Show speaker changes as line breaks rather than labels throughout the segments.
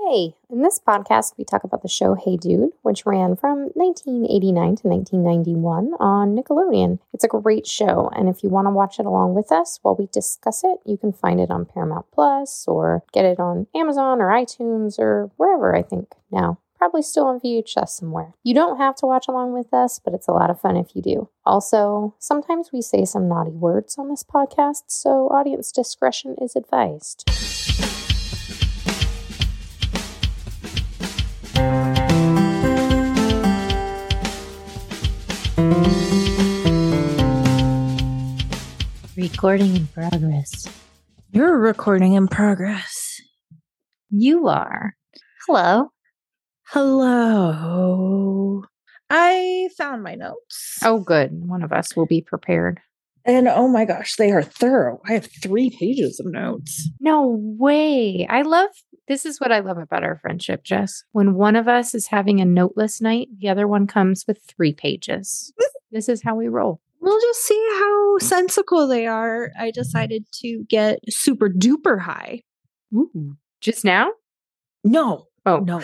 Hey, in this podcast, we talk about the show Hey Dude, which ran from 1989 to 1991 on Nickelodeon. It's a great show, and if you want to watch it along with us while we discuss it, you can find it on Paramount Plus or get it on Amazon or iTunes or wherever I think now. Probably still on VHS somewhere. You don't have to watch along with us, but it's a lot of fun if you do. Also, sometimes we say some naughty words on this podcast, so audience discretion is advised.
Recording in progress.
You're recording in progress.
You are. Hello.
Hello. I found my notes.
Oh, good. One of us will be prepared.
And oh my gosh, they are thorough. I have three pages of notes.
No way. I love this is what I love about our friendship, Jess. When one of us is having a noteless night, the other one comes with three pages. this is how we roll.
We'll just see how sensical they are. I decided to get super duper high.
Ooh. Just now?
No,
Oh
no,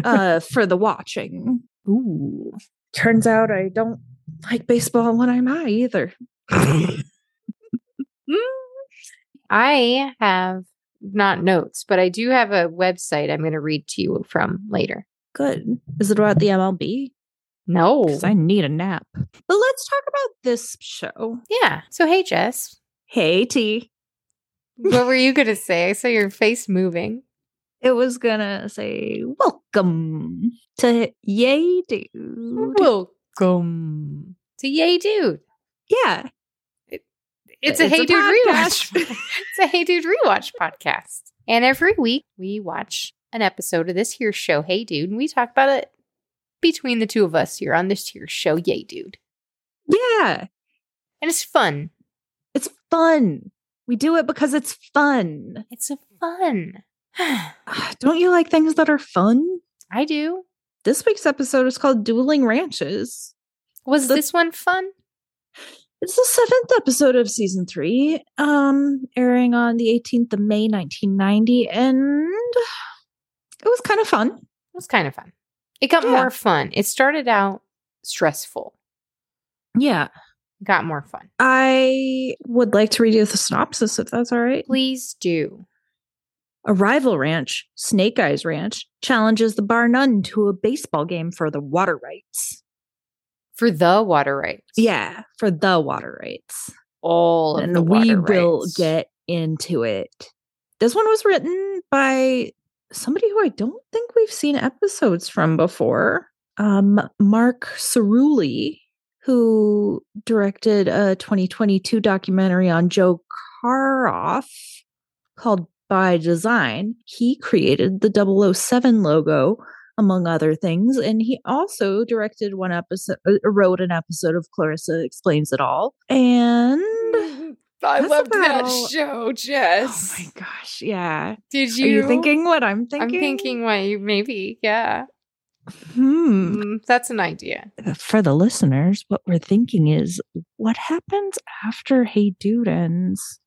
uh, for the watching.
Ooh.
Turns out I don't like baseball when I'm high either.
I have not notes, but I do have a website I'm going to read to you from later.
Good. Is it about the MLB?
No.
Because I need a nap. But let's talk about this show.
yeah. So, hey, Jess,
Hey, T.
what were you going to say? I saw your face moving.
It was gonna say welcome to Yay Dude.
Welcome to Yay Dude.
Yeah,
It's a
It's
Hey
a
Dude
podcast.
rewatch. it's a Hey Dude rewatch podcast. And every week we watch an episode of this here show, Hey Dude, and we talk about it between the two of us here on this here show, Yay Dude.
yeah,
And it's fun.
it's fun. We do it because it's fun.
It's a fun.
Ah, Don't you like things that are fun?
I do.
This week's episode is called Dueling Ranches.
Was
The-
this one fun?
It's the seventh episode of season three, um, airing on the 18th of May, 1990, and it was kind of fun.
It was kind of fun. It got
Yeah.
more fun. It started out stressful.
Yeah,
It got more fun.
I would like to read you the synopsis if that's all right.
Please do.
A rival ranch, Snake Eyes Ranch, challenges the Bar None to a baseball game for the water rights.
For the water rights.
Yeah, for the water rights.
All of
and
the
we
water
will
rights.
get into it. This one was written by somebody who I don't think we've seen episodes from before. Um, Mark Cerulli, who directed a 2022 documentary on Joe Karoff called By Design. He created the 007 logo, among other things, and he also directed one episode, uh, wrote an episode of Clarissa Explains It All, and.
I
That's
loved that
about-
show,
Oh
Jess.
my gosh, yeah.
Did
Are
you?
you thinking what I'm thinking?
I'm thinking why you maybe yeah.
Hmm.
Mm, that's an idea.
For the listeners, what we're thinking is what happens after Hey Dude ends?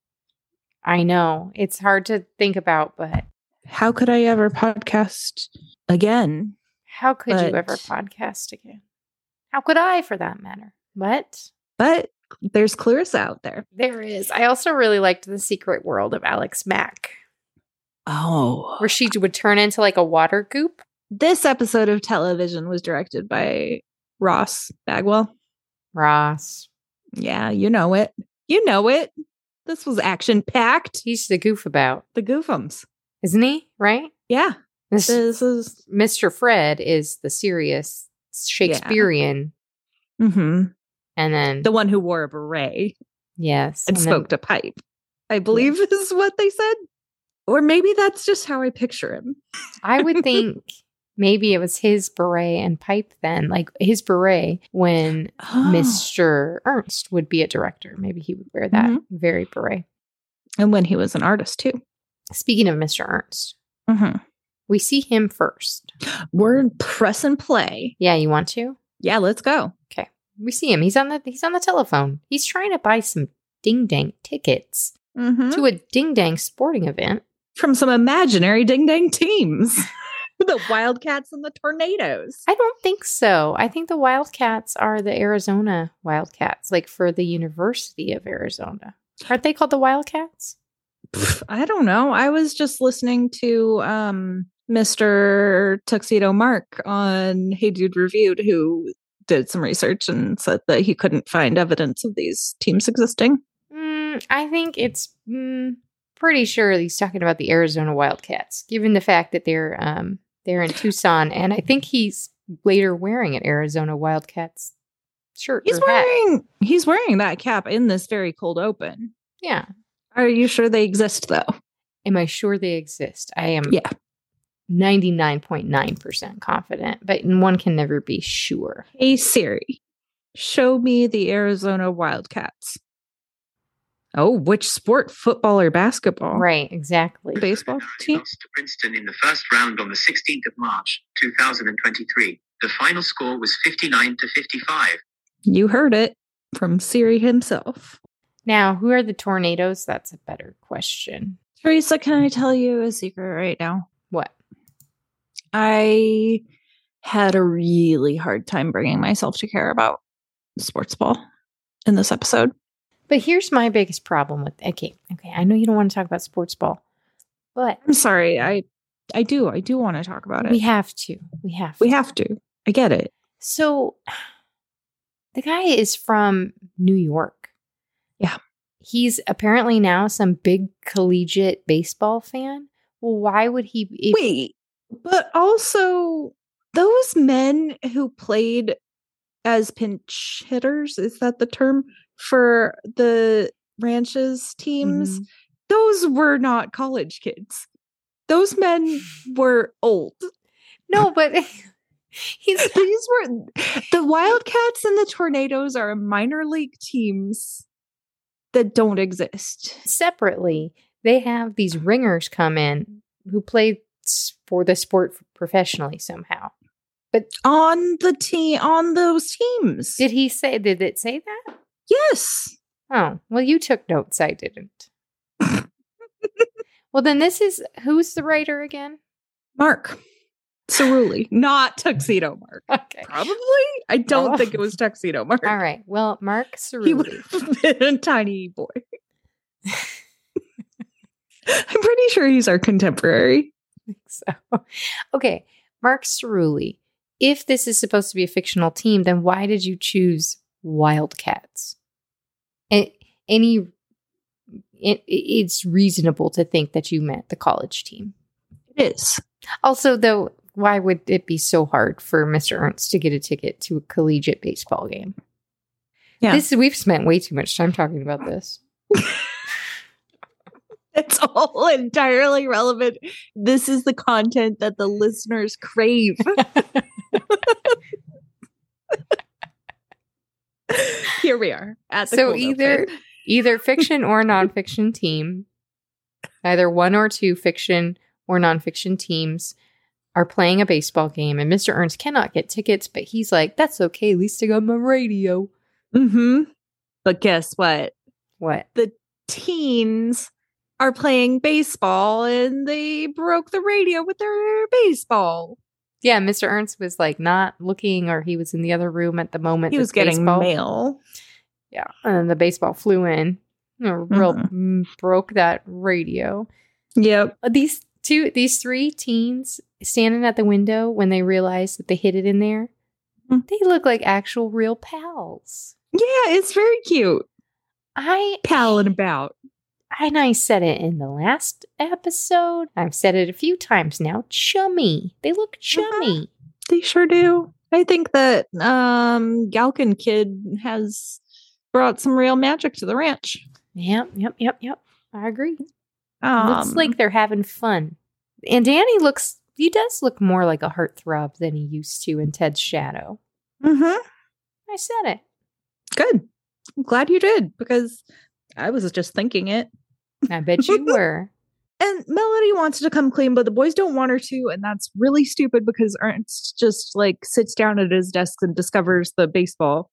I know it's hard to think about, but
How could I ever podcast again?
how could you
But-
ever podcast again? How could I, for that matter? But
But there's Clarissa out there.
there is. I also really liked the Secret World of Alex Mack,
Oh.
where she would turn into like a water goop.
This episode of television was directed by Ross Bagwell.
Ross,
Yeah, you know it. You know it. This was action packed.
he's the goof about,
The Goofums.
isn't he? Right?
Yeah,
This-
this is
Mr. Fred is the serious Shakespearean,
hmm
and then
the one who wore a beret.
yes,
and
and then-
smoked a pipe. I believe is what they said. Or maybe that's just how I picture him.
I would think maybe it was his beret and pipe then, like his beret when Mr. Ernst would be a director. Maybe he would wear that
Mhm.
very beret.
And when he was an artist too.
Speaking of Mr. Ernst, Mm-hmm. we see him first.
We're in press and play.
Yeah, you want to?
Yeah, let's go.
We see him. He's on the he's on the telephone. He's trying to buy some ding dang tickets
Mhm.
Mm-hmm. to a ding dang sporting event.
From some imaginary ding dang teams. the wildcats and the tornadoes.
I don't think so. I think the Wildcats are the Arizona Wildcats, like for the University of Arizona. Aren't they called the Wildcats?
Pff, I don't know. I was just listening to um, Mr. Tuxedo Mark on Hey Dude Reviewed, who did some research and said that he couldn't find evidence of these teams existing.
Mm, I think it's mm, pretty sure he's talking about the Arizona Wildcats, given the fact that they're um, they're in Tucson, and I think he's later wearing an Arizona Wildcats shirt.
He's
or hat.
wearing he's wearing that cap in this very cold open.
yeah.
Are you sure they exist though?
Am I sure they exist? I am.
Yeah.
99.9% confident, but one can never be sure.
Hey Siri, show me the Arizona Wildcats. Oh, which sport? Football or basketball?
Right, exactly.
Baseball team?
lost to Princeton in the first round on the 16th of March, 2023. The final score was 59 to 55.
You heard it from Siri himself.
Now, who are the tornadoes? That's a better question.
Teresa, can I tell you a secret right now?
What?
I had a really hard time bringing myself to care about sports ball in this episode.
But here's my biggest problem with okay, okay. I know you don't want to talk about sports ball, but
I'm sorry. I I do. I do want to talk about it.
we have to. We have.
we
to.
have to. I get it.
So the guy is from New York.
Yeah.
He's apparently now some big collegiate baseball fan. Well, why would he if-
Wait, but also those men who played as pinch hitters, is that the term for the ranches teams?
Mhm.
Those were not college kids. Those men were old.
No, but he's
These were the Wildcats and the Tornadoes are minor league teams that don't exist.
separately, they have these ringers come in who play s- for the sport professionally somehow.
On the team on those teams.
Did he say, did it say that?
yes.
Oh, well, you took notes. I didn't. well, then this is who's the writer again?
Mark. Cerule, not Tuxedo Mark.
Okay.
Probably. I don't
Oh.
think it was Tuxedo Mark.
All right. Well, Mark
He would
Cerulli.
have been a tiny boy. I'm pretty sure he's our contemporary.
So, okay. Mark Cerulli. If this is supposed to be a fictional team, then why did you choose Wildcats? A- any, it, it's reasonable to think that you meant the college team.
It is.
Also, though, why would it be so hard for Mr. Ernst to get a ticket to a collegiate baseball game?
Yeah.
This we've spent way too much time talking about this.
It's all entirely relevant. This is the content that the listeners crave. Here we are at the
So
cold
either-
open.
Either fiction or nonfiction team, either one or two fiction or nonfiction teams are playing a baseball game, and Mr. Ernst cannot get tickets, but he's like, "That's okay. At least I got my radio."
Mhm. But guess what?
What?
teens are playing baseball and they broke the radio with their baseball.
Yeah, Mr. Ernst was like not looking, or he was in the other room at the moment.
He
that
was getting
baseball-
mail.
Yeah, and then the baseball flew in, you know, real
Mhm.
mm, broke that radio.
Yep.
Uh, These two, these three teens standing at the window when they realize that they hid it in there.
Mhm.
They look like actual real pals.
Yeah, it's very cute.
I
Palling about.
and I said it in the last episode. I've said it a few times now. Chummy. They look chummy.
They sure do. I think that um Galkin Kid has brought some real magic to the ranch.
Yep, yep, yep, yep. I agree.
Um,
looks like they're having fun. And Danny looks he does look more like a heartthrob than he used to in Ted's shadow.
Mhm.
I said it.
good. I'm glad you did because I was just thinking it.
I bet you were.
And Melody wants to come clean, but the boys don't want her to, and that's really stupid because Ernst just like sits down at his desk and discovers the baseball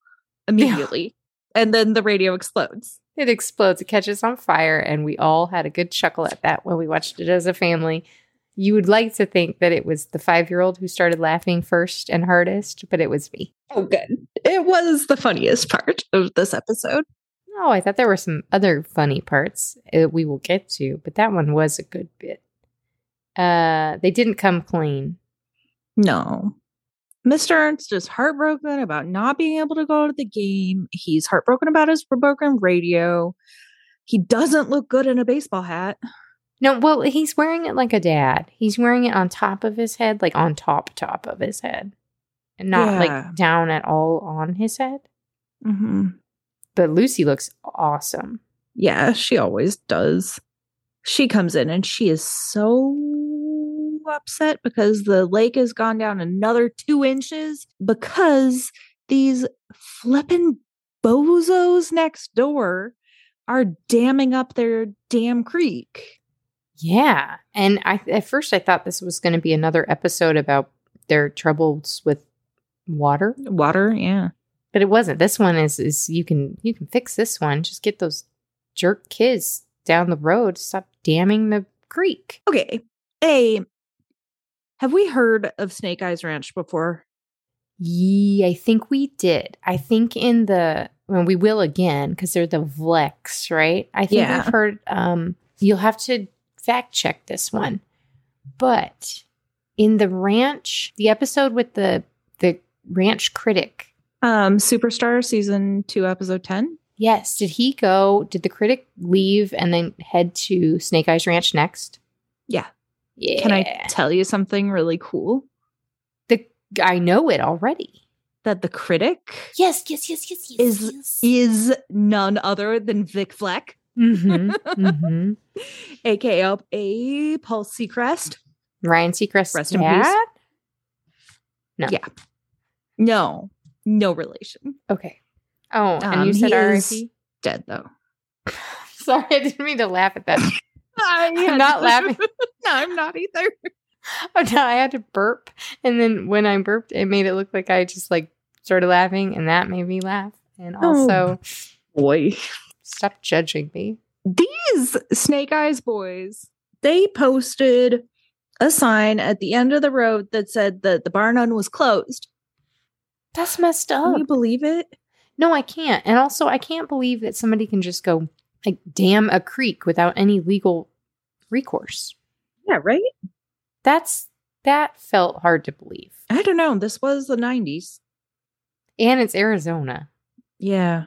immediately. And then the radio explodes.
It explodes, it catches on fire, and we all had a good chuckle at that when we watched it as a family. You would like to think that it was the five year old who started laughing first and hardest, but it was me.
Oh, good. It was the funniest part of this episode.
Oh, I thought there were some other funny parts that we will get to, but that one was a good bit. Uh, they didn't come clean.
No. Mr. Ernst is heartbroken about not being able to go to the game. He's heartbroken about his broken radio. He doesn't look good in a baseball hat.
No, well, he's wearing it like a dad. He's wearing it on top of his head, like on top top of his head, and not
Yeah.
like down at all on his head.
Mm-hmm.
But Lucy looks awesome.
Yeah, she always does. She comes in and she is so upset because the lake has gone down another two inches because these flippin' bozos next door are damming up their damn creek.
Yeah, and I at first I thought this was going to be another episode about their troubles with water,
Water, yeah.
but it wasn't. This one is is you can you can fix this one. Just get those jerk kids down the road. Stop damming the creek.
Okay. A have we heard of Snake Eyes Ranch before?
Yeah, I think we did. I think in the when we will again because they're the Vlex, right? I think
Yeah.
I've heard. Um, you'll have to fact check this one, but in the ranch, the episode with the the ranch critic.
Um, Superstar season two, episode ten.
Yes, did he go? Did the critic leave and then head to Snake Eyes Ranch next?
Yeah.
Yeah.
Can I tell you something really cool?
The I know it already.
That the critic
Yes, yes, yes, yes, yes.
Is- is none other than Vic Fleck,
hmm hmm
aka up a Paul Seacrest.
Ryan Seacrest.
Rest in
dad?
peace.
No.
Yeah. No, no relation.
Okay. Oh, and
Um,
you said
he
RIP?
is- Dead though.
Sorry, I didn't mean to laugh at that.
I
I'm not laughing.
no, I'm not either.
Oh, no, I had to burp, and then when I burped, it made it look like I just like started laughing, and that made me laugh. And
Oh.
also,
Boy.
stop judging me.
these snake eyes boys they posted a sign at the end of the road that said that the bar none was closed
That's messed
can
up.
you believe it
No, I can't. And also, I can't believe that somebody can just go like dam a creek without any legal recourse.
yeah right
That's that felt hard to believe.
i don't know this was the 90s
And it's Arizona.
yeah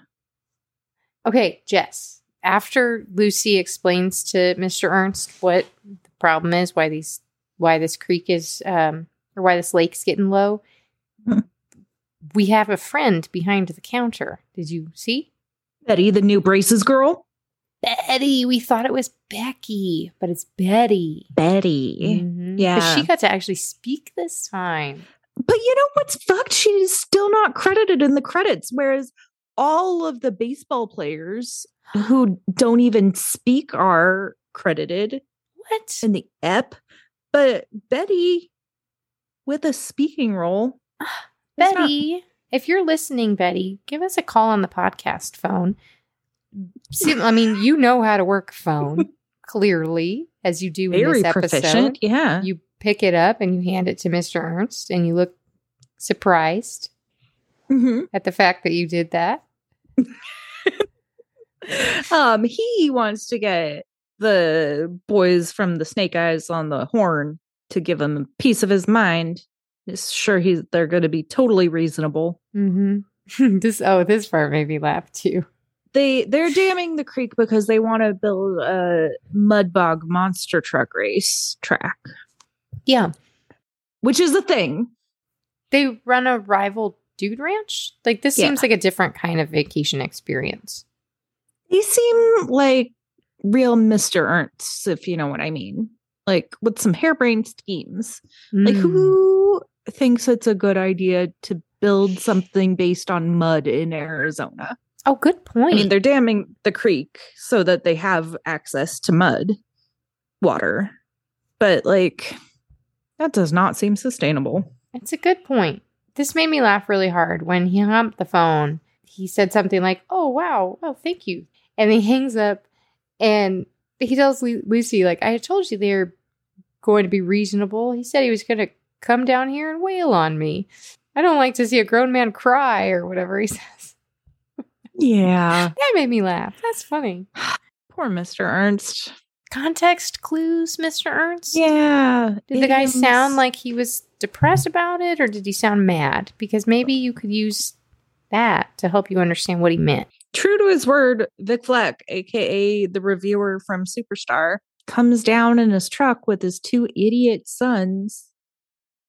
Okay, Jess. After Lucy explains to Mr. Ernst what the problem is, why these why this creek is um or why this lake's getting low,
Hmm.
we have a friend behind the counter. Did you see?
betty the new braces girl
Betty. We thought it was Becky, but it's Betty.
betty
Mhm.
Yeah.
But she got to actually speak this time.
but you know what's fucked she's still not credited in the credits whereas all of the baseball players who don't even speak are credited
What?
in the ep, but Betty with a speaking role. is not-
Betty, if you're listening, Betty, give us a call on the podcast phone. See, I mean, you know how to work a phone, clearly, as you do in
very
this episode.
proficient. Yeah.
You pick it up and you hand it to Mr. Ernst, and you look surprised
Mhm.
at the fact that you did that.
Um, he wants to get the boys from the Snake Eyes on the horn to give him a piece of his mind. He's sure he's they're going to be totally reasonable.
Mm-hmm. this oh, this part made me laugh too.
They they're damming the creek because they want to build a mud bog monster truck race track,
Yeah,
which is a thing.
they run a rival dude ranch. Like this
Yeah.
seems like a different kind of vacation experience.
they seem like real Mr. Ernsts, if you know what I mean. Like with some harebrained schemes. Like
Mm.
who thinks it's a good idea to build something based on mud in Arizona?
Oh, good
I
point.
mean, they're damming the creek so that they have access to mud water. But like that does not seem sustainable.
It's a good point. This made me laugh really hard when he hung up the phone. He said something like, "Oh wow, oh thank you," and he hangs up. And he tells Lu- Lucy, "Like I told you, they're going to be reasonable. He said he was going to come down here and wail on me. I don't like to see a grown man cry or whatever he says.
Yeah.
That made me laugh. That's funny.
Poor Mr. Ernst.
Context clues, Mr. Ernst?
Yeah.
Did the guy
idioms.
sound like he was depressed about it or did he sound mad? Because maybe you could use that to help you understand what he meant.
true to his word, Vic Fleck, aka the reviewer from Superstar, comes down in his truck with his two idiot sons,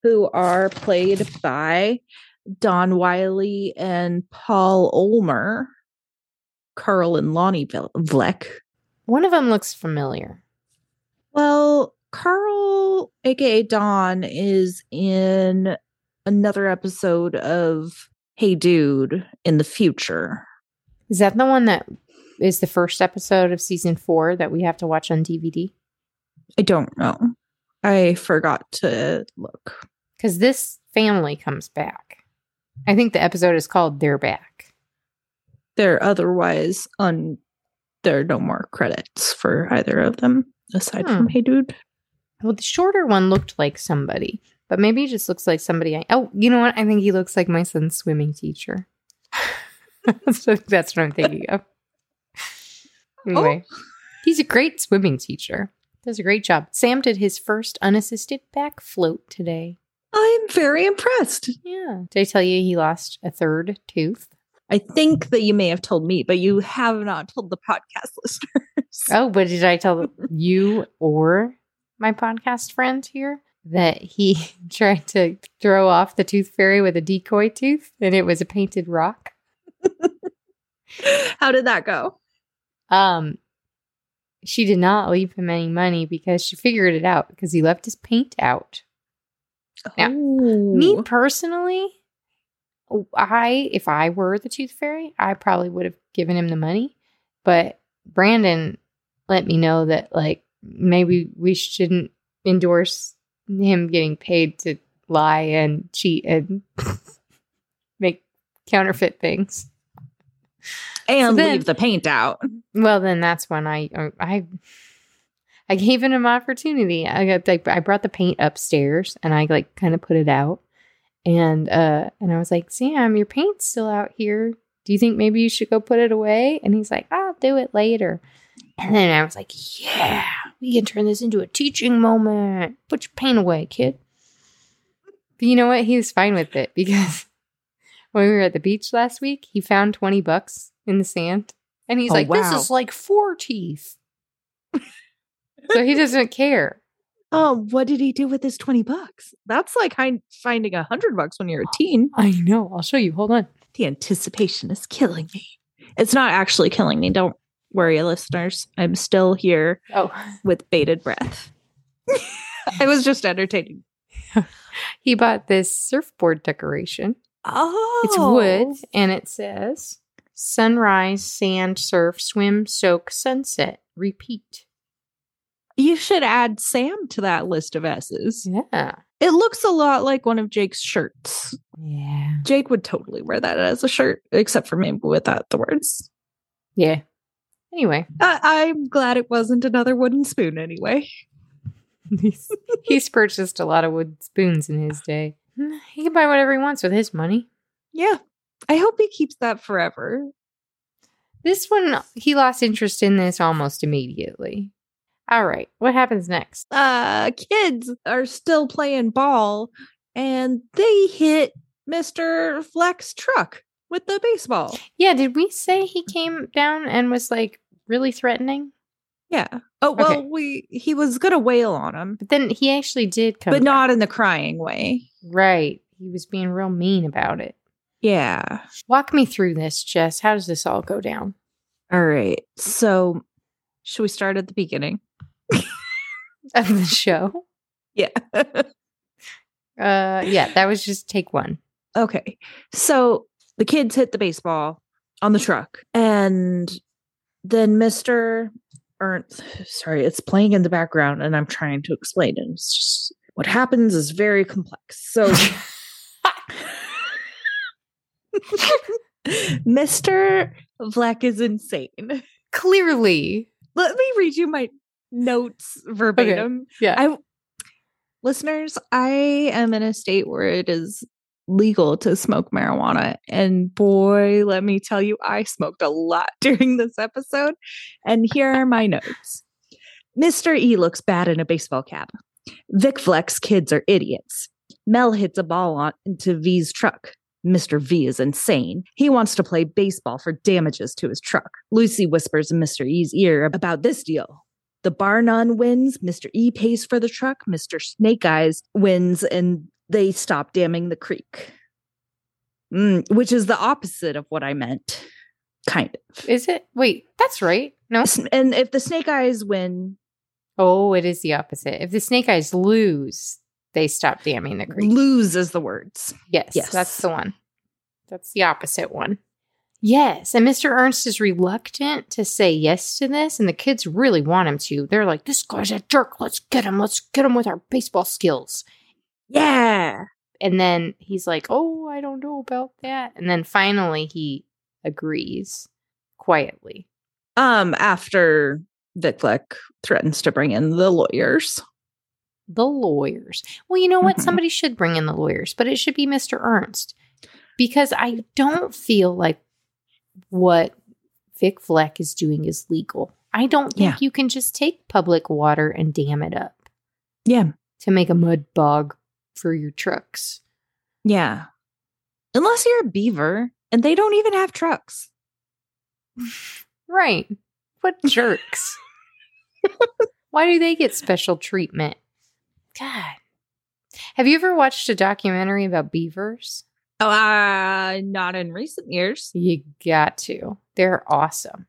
who are played by Don Wiley and Paul Olmer, Carl and Lonnie Vil- Vleck.
One of them looks familiar.
Well, Carl, aka Don, is in another episode of Hey Dude in the future.
Is that the one that is the first episode of season four that we have to watch on DVD?
I don't know. I forgot to look.
Because this family comes back. I think the episode is called They're Back.
They're otherwise un there are no more credits for either of them aside
Hmm.
from Hey Dude.
Well, the shorter one looked like somebody, but maybe he just looks like somebody. I, oh, you know what? I think he looks like my son's swimming teacher. so that's what I'm thinking of. Anyway, he's a great swimming teacher. Does a great job. Sam did his first unassisted back float today.
I'm very impressed.
Yeah. Did I tell you he lost a third tooth?
I think that you may have told me, but you have not told the podcast listeners.
Oh, but did I tell you or my podcast friend here that he tried to throw off the tooth fairy with a decoy tooth and it was a painted rock?
How did that go?
Um, she did not leave him any money because she figured it out because he left his paint out. Yeah. Me
Ooh.
personally, I if I were the tooth fairy, I probably would have given him the money. But Brandon let me know that like maybe we shouldn't endorse him getting paid to lie and cheat and make counterfeit things.
And
then-
leave the paint out.
Well, then that's when I uh, I I gave him an opportunity. I got like I brought the paint upstairs and I like kind of put it out, and uh and I was like, Sam, your paint's still out here. Do you think maybe you should go put it away? And he's like, I'll do it later. And then I was like, Yeah, we can turn this into a teaching moment. Put your paint away, kid. But you know what? He was fine with it because when we were at the beach last week, he found twenty bucks in the sand. And he's
Oh,
like, this
wow.
is like four teeth. so he doesn't care.
Oh, what did he do with his 20 bucks? That's like hind- finding a 100 bucks when you're a teen.
I know. I'll show you. Hold on.
The anticipation is killing me. It's not actually killing me. Don't worry, listeners. I'm still here
Oh,
with bated breath. I was just entertaining.
he bought this surfboard decoration.
Oh,
It's wood and it says sunrise, sand, surf, swim, soak, sunset, repeat.
You should add Sam to that list of S's.
Yeah.
It looks a lot like one of Jake's shirts.
Yeah.
Jake would totally wear that as a shirt, except for maybe without the words.
Yeah. Anyway,
I- I'm glad it wasn't another wooden spoon anyway.
he's, he's purchased a lot of wood spoons in his day. He can buy whatever he wants with his money.
Yeah. I hope he keeps that forever.
This one, he lost interest in this almost immediately. All right, what happens next?
Uh kids are still playing ball and they hit Mr. Fleck's truck with the baseball.
Yeah, did we say he came down and was like really threatening?
Yeah. Oh well,
Okay.
we he was gonna wail on him,
But then he actually did come.
but
down.
not in the crying way.
Right. He was being real mean about it.
Yeah.
Walk me through this, Jess. How does this all go down?
All right. So should we start at the beginning?
Of the show?
Yeah.
Uh yeah, that was just take one.
Okay. So the kids hit the baseball on the truck. And then Mr. Ernst, sorry, it's playing in the background and I'm trying to explain it. It's just what happens is very complex. So Mr. Black is insane.
Clearly.
Let me read you my notes verbatim.
Yeah.
I Listeners, I am in a state where it is legal to smoke marijuana. And boy, let me tell you, I smoked a lot during this episode. And here are my notes Mr. E looks bad in a baseball cap. Vic Flex kids are idiots. Mel hits a ball on, into V's truck. Mr. V is insane. He wants to play baseball for damages to his truck. Lucy whispers in Mr. E's ear about this deal. The bar none wins. Mr. E pays for the truck. Mr. Snake Eyes wins, and they stop damming the creek, Mm, which is the opposite of what I meant, kind of.
Is it? Wait, that's right. No.
And if the Snake Eyes win,
Oh, it is the opposite. If the snake eyes lose, they stop damming the creek.
lose is the words.
Mm, Yes,
Yes.
that's the one. That's the opposite one. Yes, and Mr. Ernst is reluctant to say yes to this, and the kids really want him to. They're like, "This guy's a jerk. Let's get him. Let's get him with our baseball skills."
Yeah.
And then he's like, "Oh, I don't know about that." And then finally, he agrees quietly.
Um, after Vic Fleck threatens to bring in the lawyers.
The lawyers. Well, you know what?
Mhm.
Somebody should bring in the lawyers, but it should be Mr. Ernst because I don't feel like what Vic Fleck is doing is legal. I don't think
Yeah.
you can just take public water and dam it up
Yeah.
to make a mud bog for your trucks.
Yeah. Unless you're a beaver and they don't even have trucks.
Right. What jerks. Why do they get special treatment? God. Have you ever watched a documentary about beavers?
Oh, uh, not in recent years.
You got to. They're awesome.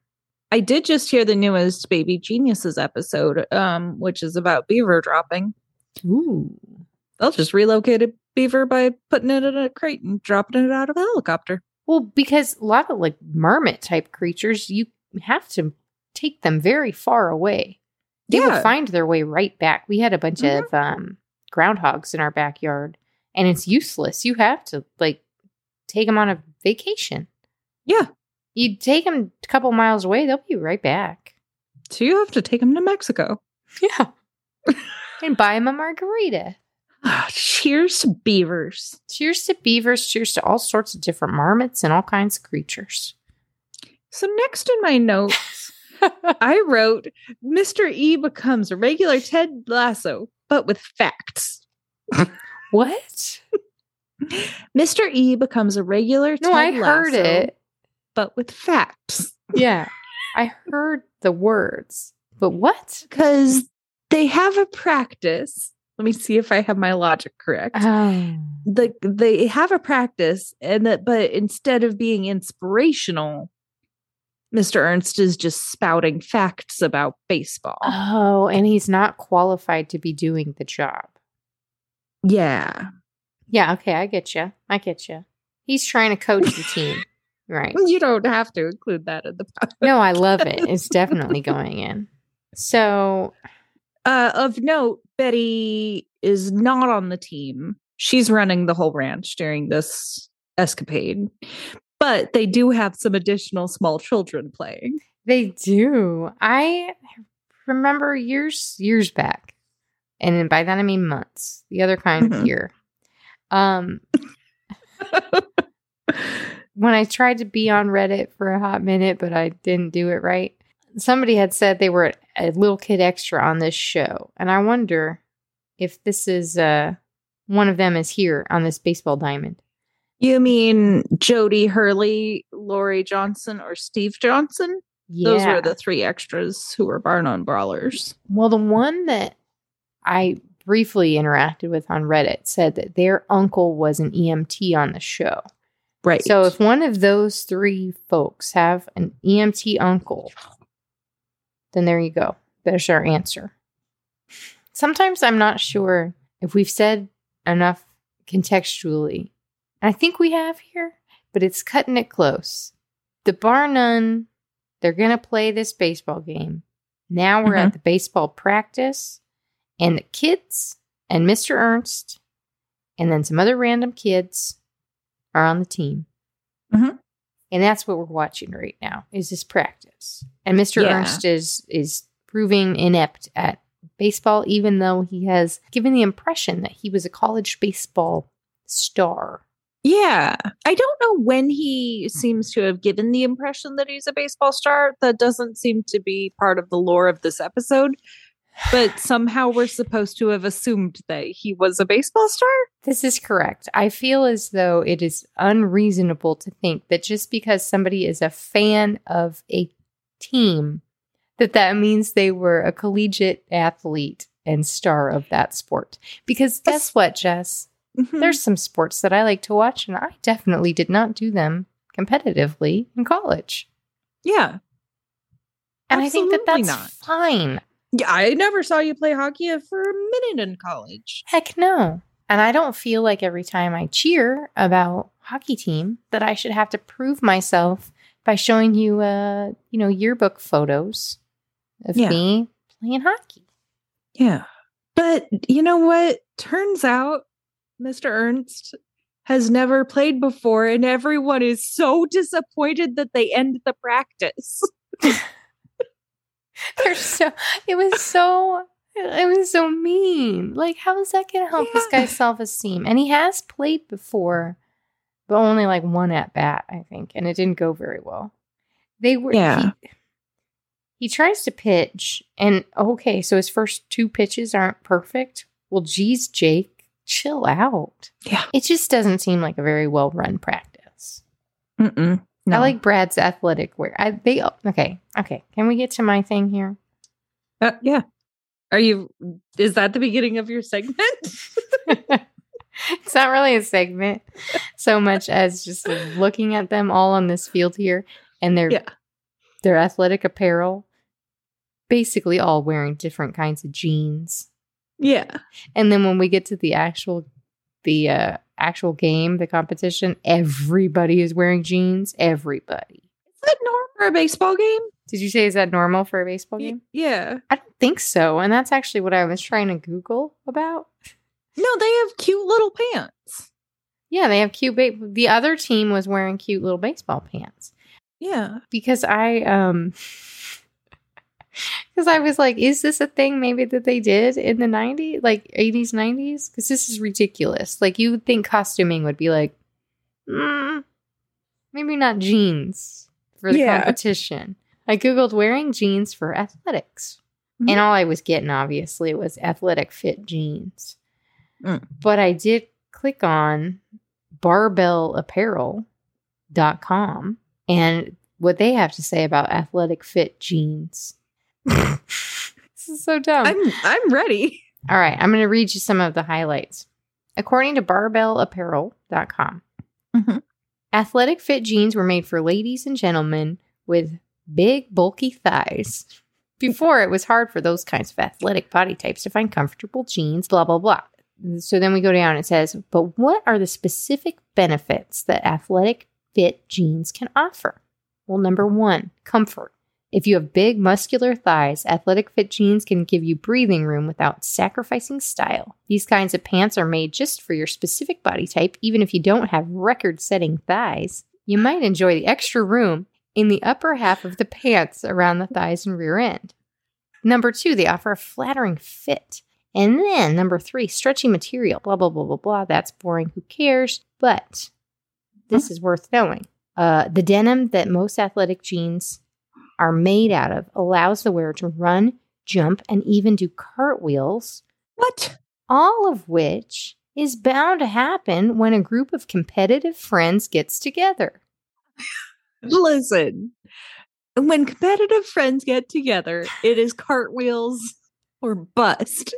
I did just hear the newest Baby Geniuses episode, um, which is about beaver dropping.
Ooh.
They'll just relocate a beaver by putting it in a crate and dropping it out of a helicopter.
Well, because a lot of like marmot type creatures, you have to take them very far away. They will
Yeah.
find their way right back. We had a bunch
Mhm.
of um, groundhogs in our backyard, and it's useless. You have to like take them on a vacation.
Yeah.
You take them a couple miles away, they'll be right back.
So you have to take them to Mexico.
Yeah. and buy them a margarita.
Ah, cheers to beavers.
Cheers to beavers. Cheers to all sorts of different marmots and all kinds of creatures.
So next in my notes, I wrote Mr. E becomes a regular Ted Lasso, but with facts.
what?
Mr. E becomes a regular
No,
Ted
I heard
Lasso,
it.
but with facts.
Yeah. I heard the words. But what?
Because they have a practice. Let me see if I have my logic correct.
Oh.
the they have a practice and that but instead of being inspirational mr ernst is just spouting facts about baseball
Oh, and he's not qualified to be doing the job.
yeah
Yeah, okay, I get you. I get you. He's trying to coach the team. Right.
you don't have to include that in the pod.
No, I love it. It's definitely going in. So,
uh of note betty is not on the team she's running the whole ranch during this escapade but they do have some additional small children playing
They do. I remember years years back, and then by that I mean months. The other kind
Mhm.
of year. Um, when I tried to be on Reddit for a hot minute, but I didn't do it right. Somebody had said they were a little kid extra on this show, and I wonder if this is uh one of them is here on this baseball diamond.
you mean jody hurley lori johnson or steve johnson
Yeah.
Those were the three extras who were barn on brawlers.
Well, the one that I briefly interacted with on Reddit said that their uncle was an EMT on the show.
Right.
So if one of those three folks have an EMT uncle, then there you go. There's our answer. Sometimes I'm not sure if we've said enough contextually. I think we have here, but it's cutting it close. The bar none, they're going to play this baseball game. Now we're at the baseball practice, and the kids and Mr. Ernst, and then some other random kids are on the team.
Mhm.
And that's what we're watching right now is this practice. And Mr.
Yeah.
Ernst is is proving inept at baseball, even though he has given the impression that he was a college baseball star.
Yeah. I don't know when he seems to have given the impression that he's a baseball star. That doesn't seem to be part of the lore of this episode. But somehow we're supposed to have assumed that he was a baseball star.
This is correct. I feel as though it is unreasonable to think that just because somebody is a fan of a team, that that means they were a collegiate athlete and star of that sport. Because guess what, Jess?
Mhm.
There's some sports that I like to watch, and I definitely did not do them competitively in college.
yeah.
And I think that
Absolutely
that's
not.
fine.
Yeah, I never saw you play hockey for a minute in college.
Heck no. And I don't feel like every time I cheer about hockey team that I should have to prove myself by showing you uh, you know, yearbook photos of
Yeah.
me playing hockey.
Yeah. But you know what? Turns out Mr. Ernst has never played before, and everyone is so disappointed that they end the practice.
They're so it was so it was so mean. Like how is that gonna help this
Yeah.
guy's self esteem? And he has played before, but only like one at bat, I think, and it didn't go very well. They were
Yeah.
he, he tries to pitch and okay, so his first two pitches aren't perfect. Well, geez, Jake, chill out.
Yeah.
It just doesn't seem like a very well run practice.
Mm-mm.
I like Brad's athletic wear. I they okay, okay. Can we get to my thing here?
Uh, yeah. Are you? Is that the beginning of your segment?
it's not really a segment so much as just looking at them all on this field here and their
Yeah.
their athletic apparel basically all wearing different kinds of jeans
yeah.
and then when we get to the actual the uh, actual game the competition everybody is wearing jeans everybody
Is that normal for a baseball game?
did you say is that normal for a baseball game
yeah.
i don't think so and that's actually what i was trying to google about
No, they have cute little pants.
yeah they have cute ba- the other team was wearing cute little baseball pants
Yeah.
because I um because I was like, is this a thing maybe that they did in the 90s, like 80s, 90s? Because this is ridiculous. Like you would think costuming would be like, mm, maybe not jeans for the
Yeah.
competition. I googled wearing jeans for athletics,
Mhm.
and all I was getting obviously was athletic fit jeans.
Mm.
But I did click on barbellapparel.com and what they have to say about athletic fit jeans. this is so dumb.
I'm I'm ready.
All right, I'm going to read you some of the highlights. According to barbellapparel.com,
Mhm.
athletic fit jeans were made for ladies and gentlemen with big, bulky thighs. Before, it was hard for those kinds of athletic body types to find comfortable jeans, blah, blah, blah. So then we go down, it says, but what are the specific benefits that athletic fit jeans can offer? Well, number one, comfort. If you have big, muscular thighs, athletic fit jeans can give you breathing room without sacrificing style. These kinds of pants are made just for your specific body type, even if you don't have record setting thighs. You might enjoy the extra room in the upper half of the pants around the thighs and rear end. Number two, they offer a flattering fit. And then number three, stretchy material, blah, blah, blah, blah, blah. That's boring. Who cares? But this is worth knowing. Uh, the denim that most athletic jeans are made out of allows the wearer to run, jump, and even do cartwheels,
What?
all of which is bound to happen when a group of competitive friends gets together.
Listen. When competitive friends get together, it is cartwheels or bust.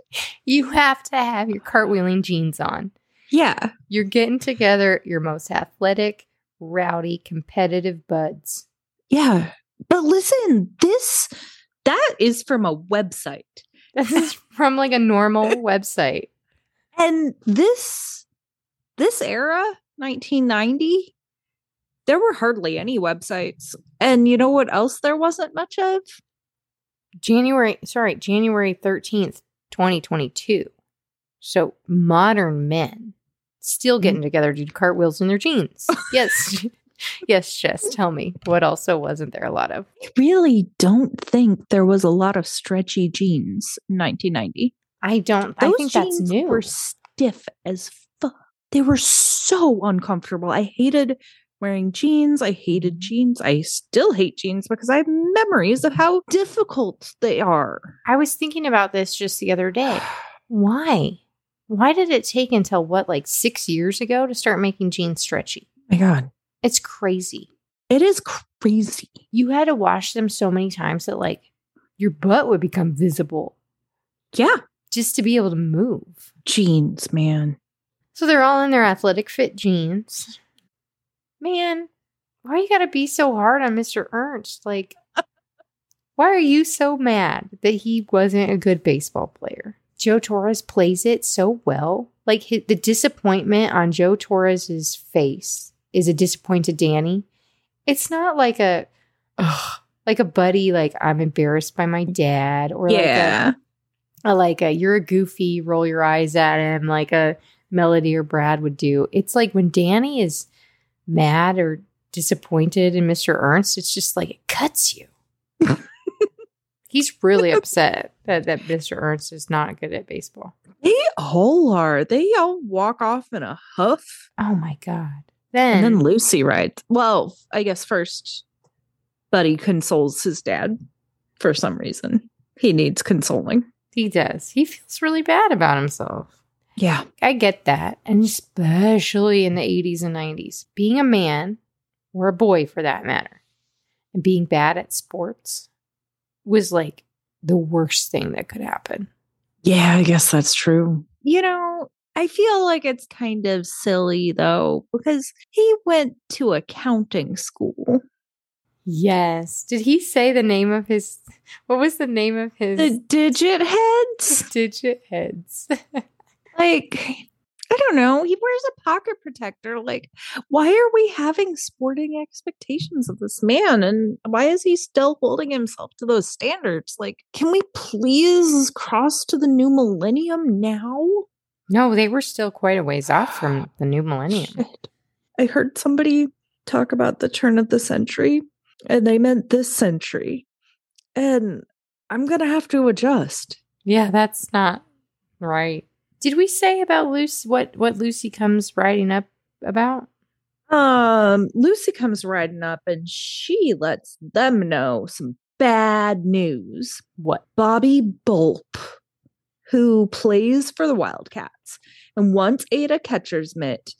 You have to have your cartwheeling jeans on.
Yeah.
You're getting together your most athletic, rowdy, competitive buds.
Yeah. But listen, this that is from a website.
This is from like a normal website.
And this this era, 1990, there were hardly any websites. And you know what else there wasn't much of?
January, sorry, January 13th, 2022. So
Mm.
modern men still getting together to do cartwheels in their jeans. Yes. yes, Jess, tell me what also wasn't there a lot of?
I really don't think there was a lot of stretchy jeans in 1990.
I don't. I
Those
think
jeans
that's new.
were stiff as fuck. They were so uncomfortable. I hated wearing jeans. I hated jeans. I still hate jeans because I have memories of how difficult they are.
I was thinking about this just the other day. Why? Why did it take until what, like six years ago to start making jeans stretchy?
My God,
It's crazy.
it is crazy.
You had to wash them so many times that like your butt would become visible
Yeah,
just to be able to move.
jeans, man.
So they're all in their athletic fit jeans. Man, why you gotta be so hard on Mr. Ernst? Like, why are you so mad that he wasn't a good baseball player? Joe Torres plays it so well. Like, hi- the disappointment on Joe Torres's face is a disappointed Danny. It's not like a, ugh, like a buddy, like, I'm embarrassed by my dad, or like a,
yeah,
a like a you're a goofy roll your eyes at him like a melody or brad would do it's like when danny is mad or disappointed in mr ernst it's just like it cuts you he's really upset that, that mr ernst is not good at baseball
they all are. They all walk off in a huff.
oh my god
And
then,
then Lucy rides. Well, I guess first Buddy consoles his dad for some reason. He needs consoling.
he does he feels really bad about himself
Yeah.
i get that and especially in the 80s and 90s being a man or a boy for that matter, and being bad at sports was like the worst thing that could happen.
Yeah, I guess that's true. You know, I feel like it's kind of silly though, because he went to accounting school.
Yes. Did he say the name of his? What was the name of his
The digit heads.
digit heads?
Like, I don't know. He wears a pocket protector. Like, why are we having sporting expectations of this man? And why is he still holding himself to those standards? Like, can we please cross to the new millennium now?
no, they were still quite a ways off from the new millennium.
Shit. I heard somebody talk about the turn of the century, and they meant this century. And I'm going to have to adjust.
Yeah, that's not right. Did we say about Lucy what what Lucy comes riding up about?
Um, Lucy comes riding up and she lets them know some bad news.
What?
Bobby Bulp, who plays for the Wildcats and once ate a catcher's mitt,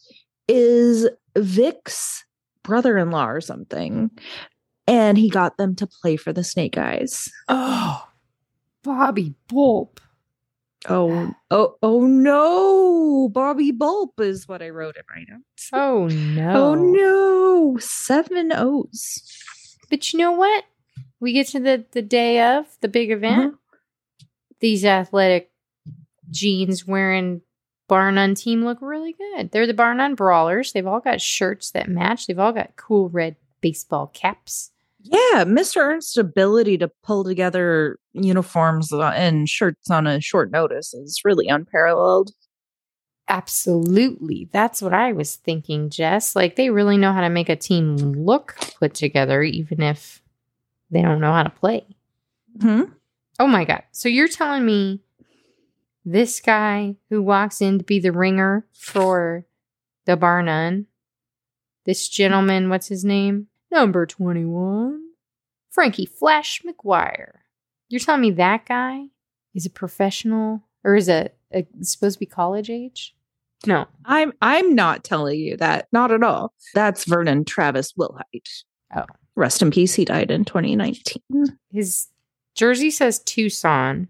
is Vic's brother in law or something. And he got them to play for the Snake Eyes.
Oh, Bobby Bulb.
Oh, oh, oh no. Bobby Bulp is what I wrote in my notes.
Oh no.
Oh no, seven O's.
But you know what? We get to the, the day of the big
Uh-huh.
event. These athletic jeans wearing Bar None team look really good. They're the Bar None Brawlers. They've all got shirts that match. They've all got cool red baseball caps.
Yeah, Mr. Ernst's ability to pull together uniforms and shirts on a short notice is really unparalleled.
Absolutely. That's what I was thinking, Jess. Like they really know how to make a team look put together, even if they don't know how to play.
Mm-hmm.
Oh my God. So you're telling me this guy who walks in to be the ringer for the bar none, this gentleman, what's his name? Number 21, Frankie Flash McGuire. You're telling me that guy is a professional or is a, a supposed to be college age? No.
I'm I'm not telling you that, not at all. That's Vernon Travis Wilhite.
Oh.
rest in peace. He died in 2019.
His jersey says Tucson.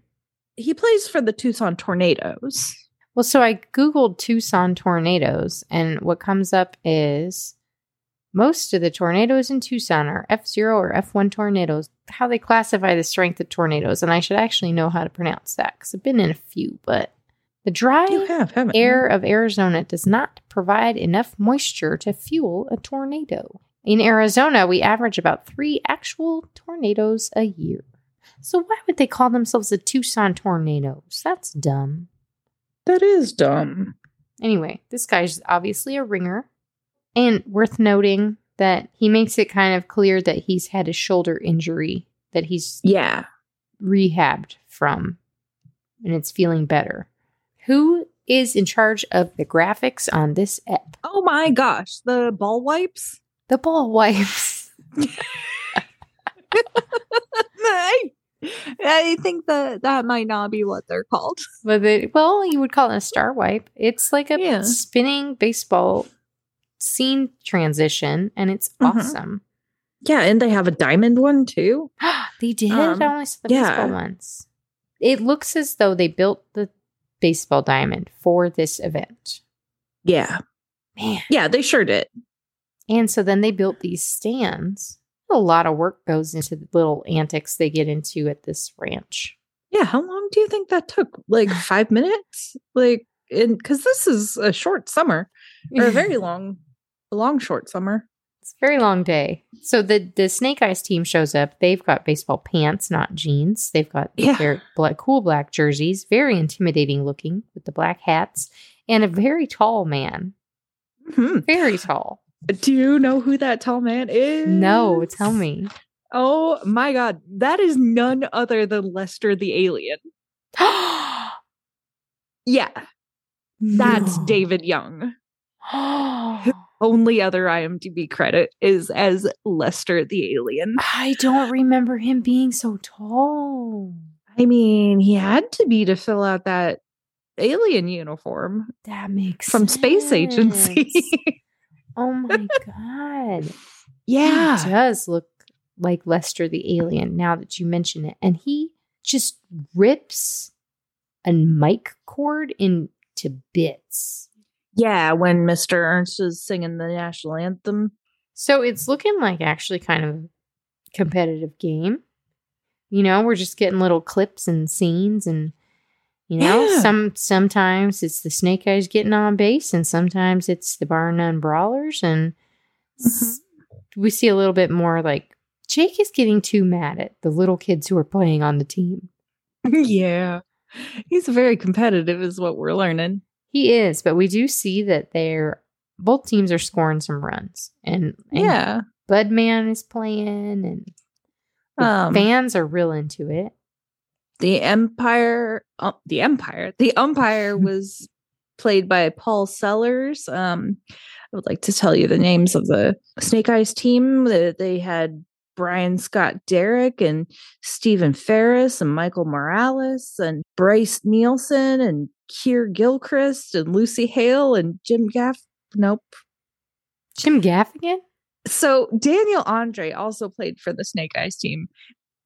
He plays for the Tucson Tornadoes.
Well, so I Googled Tucson tornadoes, and what comes up is most of the tornadoes in Tucson are F0 or F1 tornadoes, how they classify the strength of tornadoes. And I should actually know how to pronounce that because I've been in a few, but the dry
You have, haven't you?
air of Arizona does not provide enough moisture to fuel a tornado. In Arizona, we average about three actual tornadoes a year. So why would they call themselves the Tucson tornadoes? That's dumb.
That is dumb.
Anyway, this guy's obviously a ringer. And worth noting that he makes it kind of clear that he's had a shoulder injury that he's
Yeah.
rehabbed from and it's feeling better. Who is in charge of the graphics on this ep?
Oh my gosh, the ball wipes.
The ball wipes.
I, I think that that might not be what they're called.
But it, well, you would call it a star wipe. It's like a
Yeah.
spinning baseball scene transition and it's
Mhm.
awesome.
Yeah, and they have a diamond one too.
they did.
Um,
I only saw the
yeah.
baseball once. It looks as though they built the baseball diamond for this event.
Yeah.
Man.
Yeah, they sure did.
And so then they built these stands. A lot of work goes into the little antics they get into at this ranch.
Yeah, how long do you think that took? Like five minutes? Like, and because this is a short summer or a very long, a long short summer.
it's a very long day. So the the Snake Eyes team shows up. They've got baseball pants, not jeans. They've got
Yeah.
their black, cool black jerseys, very intimidating looking with the black hats, and a very tall man.
Mhm.
Very tall.
Do you know who that tall man is?
No, tell me.
Oh my God, that is none other than Lester the alien. Yeah, that's
No.
David Young. Only other IMDb credit is as Lester the alien.
I don't remember him being so tall.
I mean, he had to be to fill out that alien uniform
That makes
from Space Agency.
sense. oh my god. He
yeah.
does look like Lester the alien now that you mention it. And he just rips a mic cord into bits.
Yeah, when Mr. Ernst is singing the national anthem.
So it's looking like actually kind of competitive game. You know, we're just getting little clips and scenes and you know,
Yeah.
some sometimes it's the snake eyes getting on base and sometimes it's the bar none brawlers and s-
Mm-hmm.
we see a little bit more like Jake is getting too mad at the little kids who are playing on the team.
yeah. He's very competitive, is what we're learning.
He is, but we do see that they're both teams are scoring some runs and, and
Yeah.
Budman is playing and the
Um,
fans are real into it.
the Empire, um, the Empire, the umpire was played by Paul Sellers. Um, I would like to tell you the names of the Snake Eyes team. They, they had Brian Scott Derrick and Stephen Ferris and Michael Morales and Bryce Nielsen and Keir Gilchrist and Lucy Hale and Jim Gaff. Nope.
Jim Gaffigan?
so Daniel Andre also played for the Snake Eyes team.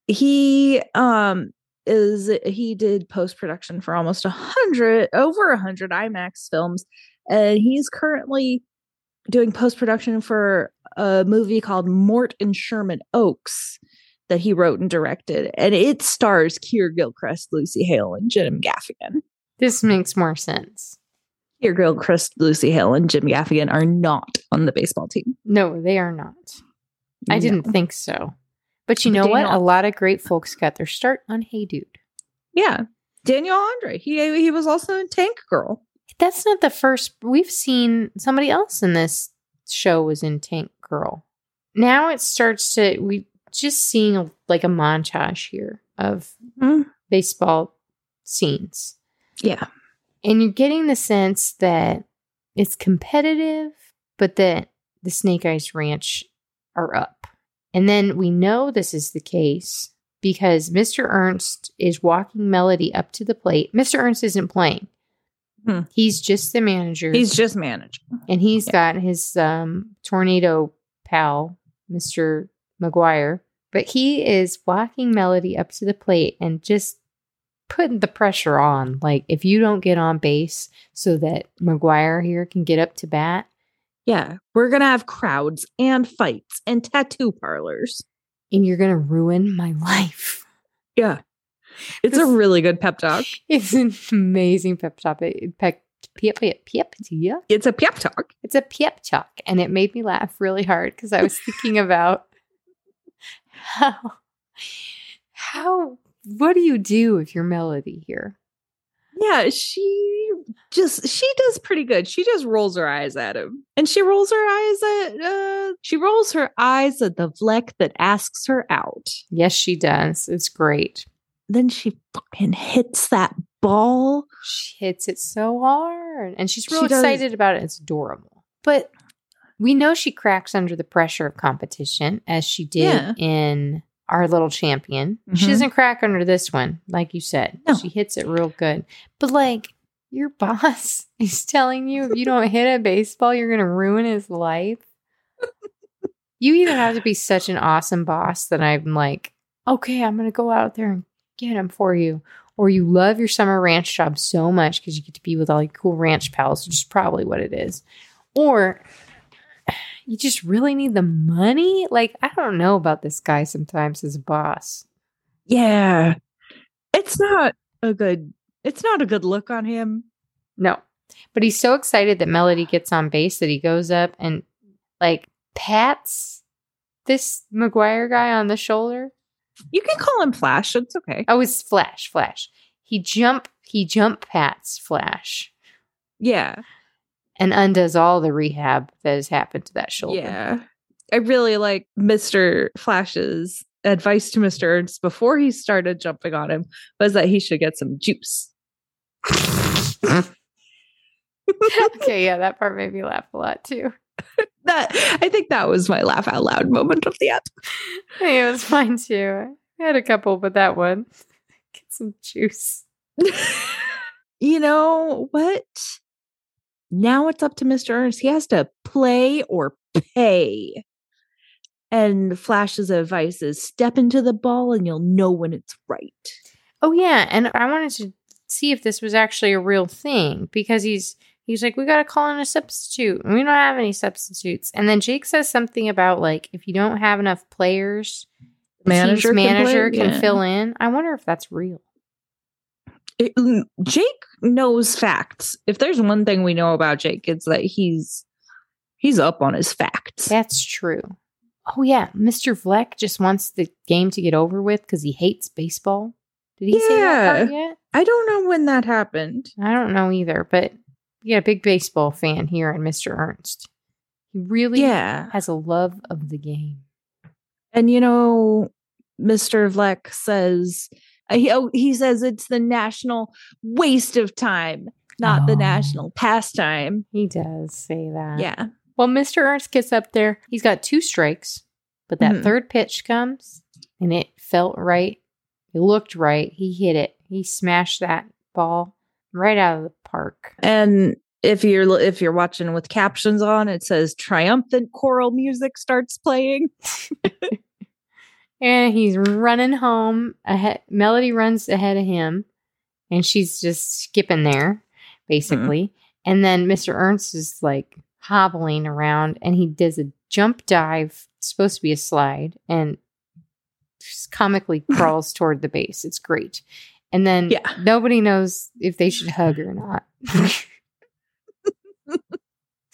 He um is he did post production for almost a hundred over a hundred IMAX films, and he's currently doing post production for a movie called Mort and Sherman Oaks that he wrote and directed, and it stars Keir Gilchrist, Lucy Hale, and Jim Gaffigan.
This makes more sense.
Keir Gilchrist, Lucy Hale, and Jim Gaffigan are not on the baseball team.
No, they are not. I
No.
didn't think so. But you
But
know
they're
what? A
not.
lot of great folks got their start on Hey Dude.
Yeah. Daniel Andre. He he was also in Tank Girl.
That's not the first we've seen somebody else in this show was in Tank Girl. Now it starts to we just seeing a, like a montage here of
Mhm.
baseball scenes.
Yeah.
And you're getting the sense that it's competitive, but that the Snake Eyes Ranch are up. And then we know this is the case because Mr. Ernst is walking Melody up to the plate. Mr. Ernst isn't playing.
Hmm.
He's just the manager.
He's just managing.
and he's got his um, tornado pal, Mr. McGuire. But he is walking Melody up to the plate and just putting the pressure on. Like, if you don't get on base so that McGuire here can get up to bat,
Yeah. We're gonna have crowds and fights and tattoo parlors.
and you're going to ruin my life.
Yeah. It's a
This-
really good pep talk.
It's an amazing pep talk. It- Pep, pep, pep, pep, yeah.
It's a pep talk.
It's a pep talk, and it made me laugh really hard because I was thinking about how, how, what do you do if you're Melody here?
Yeah, she just she does pretty good. She just rolls her eyes at him. And she rolls her eyes at uh she rolls her eyes at the Vleck that asks her out.
Yes, she does. It's great.
Then she fucking hits that ball.
She hits it so hard. And she's real
She does.
excited about it. It's adorable. But we know she cracks under the pressure of competition, as she did
Yeah.
in Our Little Champion. She
Mhm.
doesn't crack under this one, like you said.
No.
She hits it real good. But like your boss is telling you if you don't hit a baseball, you're gonna ruin his life. You either have to be such an awesome boss that I'm like, okay, I'm gonna go out there and get him for you or you love your summer ranch job so much because you get to be with all your cool ranch pals, which is probably what it is, or you just really need the money. Like, I don't know about this guy sometimes as a boss.
Yeah. It's not a good it's not a good look on him.
No, but he's so excited that Melody gets on base that he goes up and like pats this McGuire guy on the shoulder.
You can call him Flash, it's okay.
Oh, it's Flash, Flash. He jump, he jump pats Flash
Yeah.
and undoes all the rehab that has happened to that shoulder.
Yeah. I really like Mr. Flash's advice to Mr. Ernst before he started jumping on him was that he should get some juice.
okay, yeah, that part made me laugh a lot too.
That I think that was my laugh out loud moment of the app.
it was fine too. I had a couple, but that one. Get some juice.
you know what? Now it's up to Mr. Ernst. He has to play or pay. And Flash's advice is step into the ball and you'll know when it's right.
Oh yeah, and I wanted to see if this was actually a real thing because he's he's like, we gotta call in a substitute, and we don't have any substitutes. And then Jake says something about like, if you don't have enough players, the team's
Manager can play,
manager can,
yeah.
fill in. I wonder if that's real.
It- mm, Jake knows facts. If there's one thing we know about Jake, it's that he's he's up on his facts.
That's true. Oh yeah, Mr. Vleck just wants the game to get over with because he hates baseball. Did he say that part yet?
I don't know when that happened.
I don't know either, but yeah, big baseball fan here in Mr. Ernst. He really
Yeah.
has a love of the game.
And you know, Mr. Vleck says uh, he, oh, he says it's the national waste of time, not the
Oh.
national pastime.
He does say that.
Yeah.
Well, Mr. Ernst gets up there. He's got two strikes, but that
Mhm.
third pitch comes and it felt right. It looked right. He hit it. He smashed that ball right out of the park.
And if you're l- if you're watching with captions on, it says triumphant choral music starts playing.
And he's running home. Ahead. Melody runs ahead of him, and she's just skipping there, basically. And then Mr. Ernst is like hobbling around, and he does a jump dive, supposed to be a slide, and just comically crawls toward the base. It's great. And then
Yeah.
nobody knows if they should hug or not.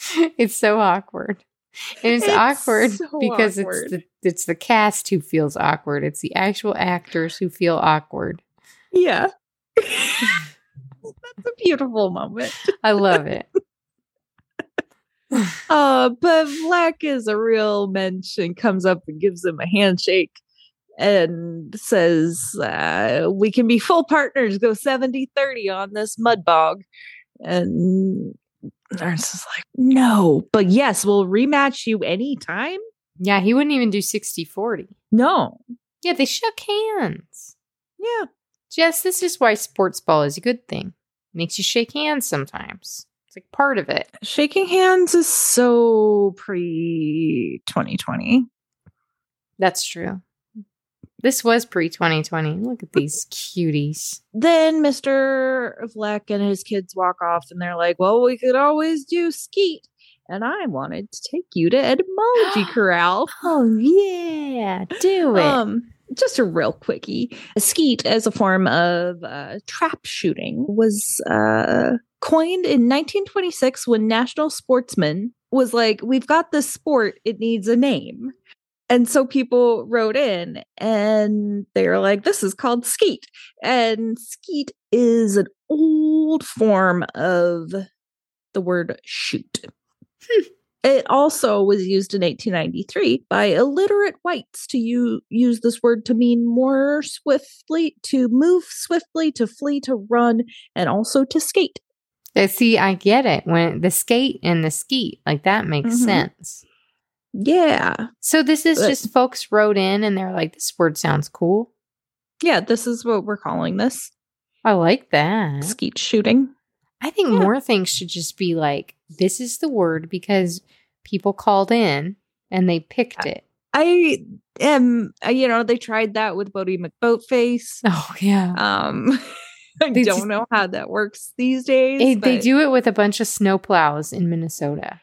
it's so awkward. And it's,
It's
awkward
so
because
awkward.
it's the it's the cast who feels awkward. It's the actual actors who feel awkward.
Yeah. That's a beautiful moment.
I love it.
Uh, but Black is a real mensch and comes up and gives him a handshake and says, uh, We can be full partners, go 70 30 on this mud bog. And Ernst is like, No, but yes, we'll rematch you anytime.
yeah, he wouldn't even do 60-40.
No.
Yeah, they shook hands.
Yeah.
Jess, this is why sports ball is a good thing. Makes you shake hands sometimes. It's like part of it.
Shaking hands is so pre 2020.
That's true. This was pre-2020. Look at these cuties.
Then Mr. Vleck and his kids walk off and they're like, well, we could always do skeet. And I wanted to take you to Etymology Corral.
Oh yeah. Do it.
Um, just a real quickie. Skeet as a form of uh, trap shooting was uh, coined in 1926 when National Sportsman was like, we've got this sport, it needs a name. And so people wrote in and they were like, this is called skeet. And skeet is an old old form of the word shoot. It also was used in 1893 by illiterate whites to u- use this word to mean more swiftly, to move swiftly, to flee, to run, and also to skate.
Uh, See, I get it. When the skate and the skeet, like that makes
Mhm.
sense.
Yeah.
So this is
But-
just folks wrote in and they're like, this word sounds cool.
Yeah, this is what we're calling this
I like that.
skeet shooting.
I think
Yeah.
more things should just be like, this is the word because people called in and they picked it.
I am, I- you know, they tried that with Bodie McBoatface.
Oh, yeah.
Um, I
They just-
don't know how that works these days.
They, they
but
do it with a bunch of snow plows in Minnesota.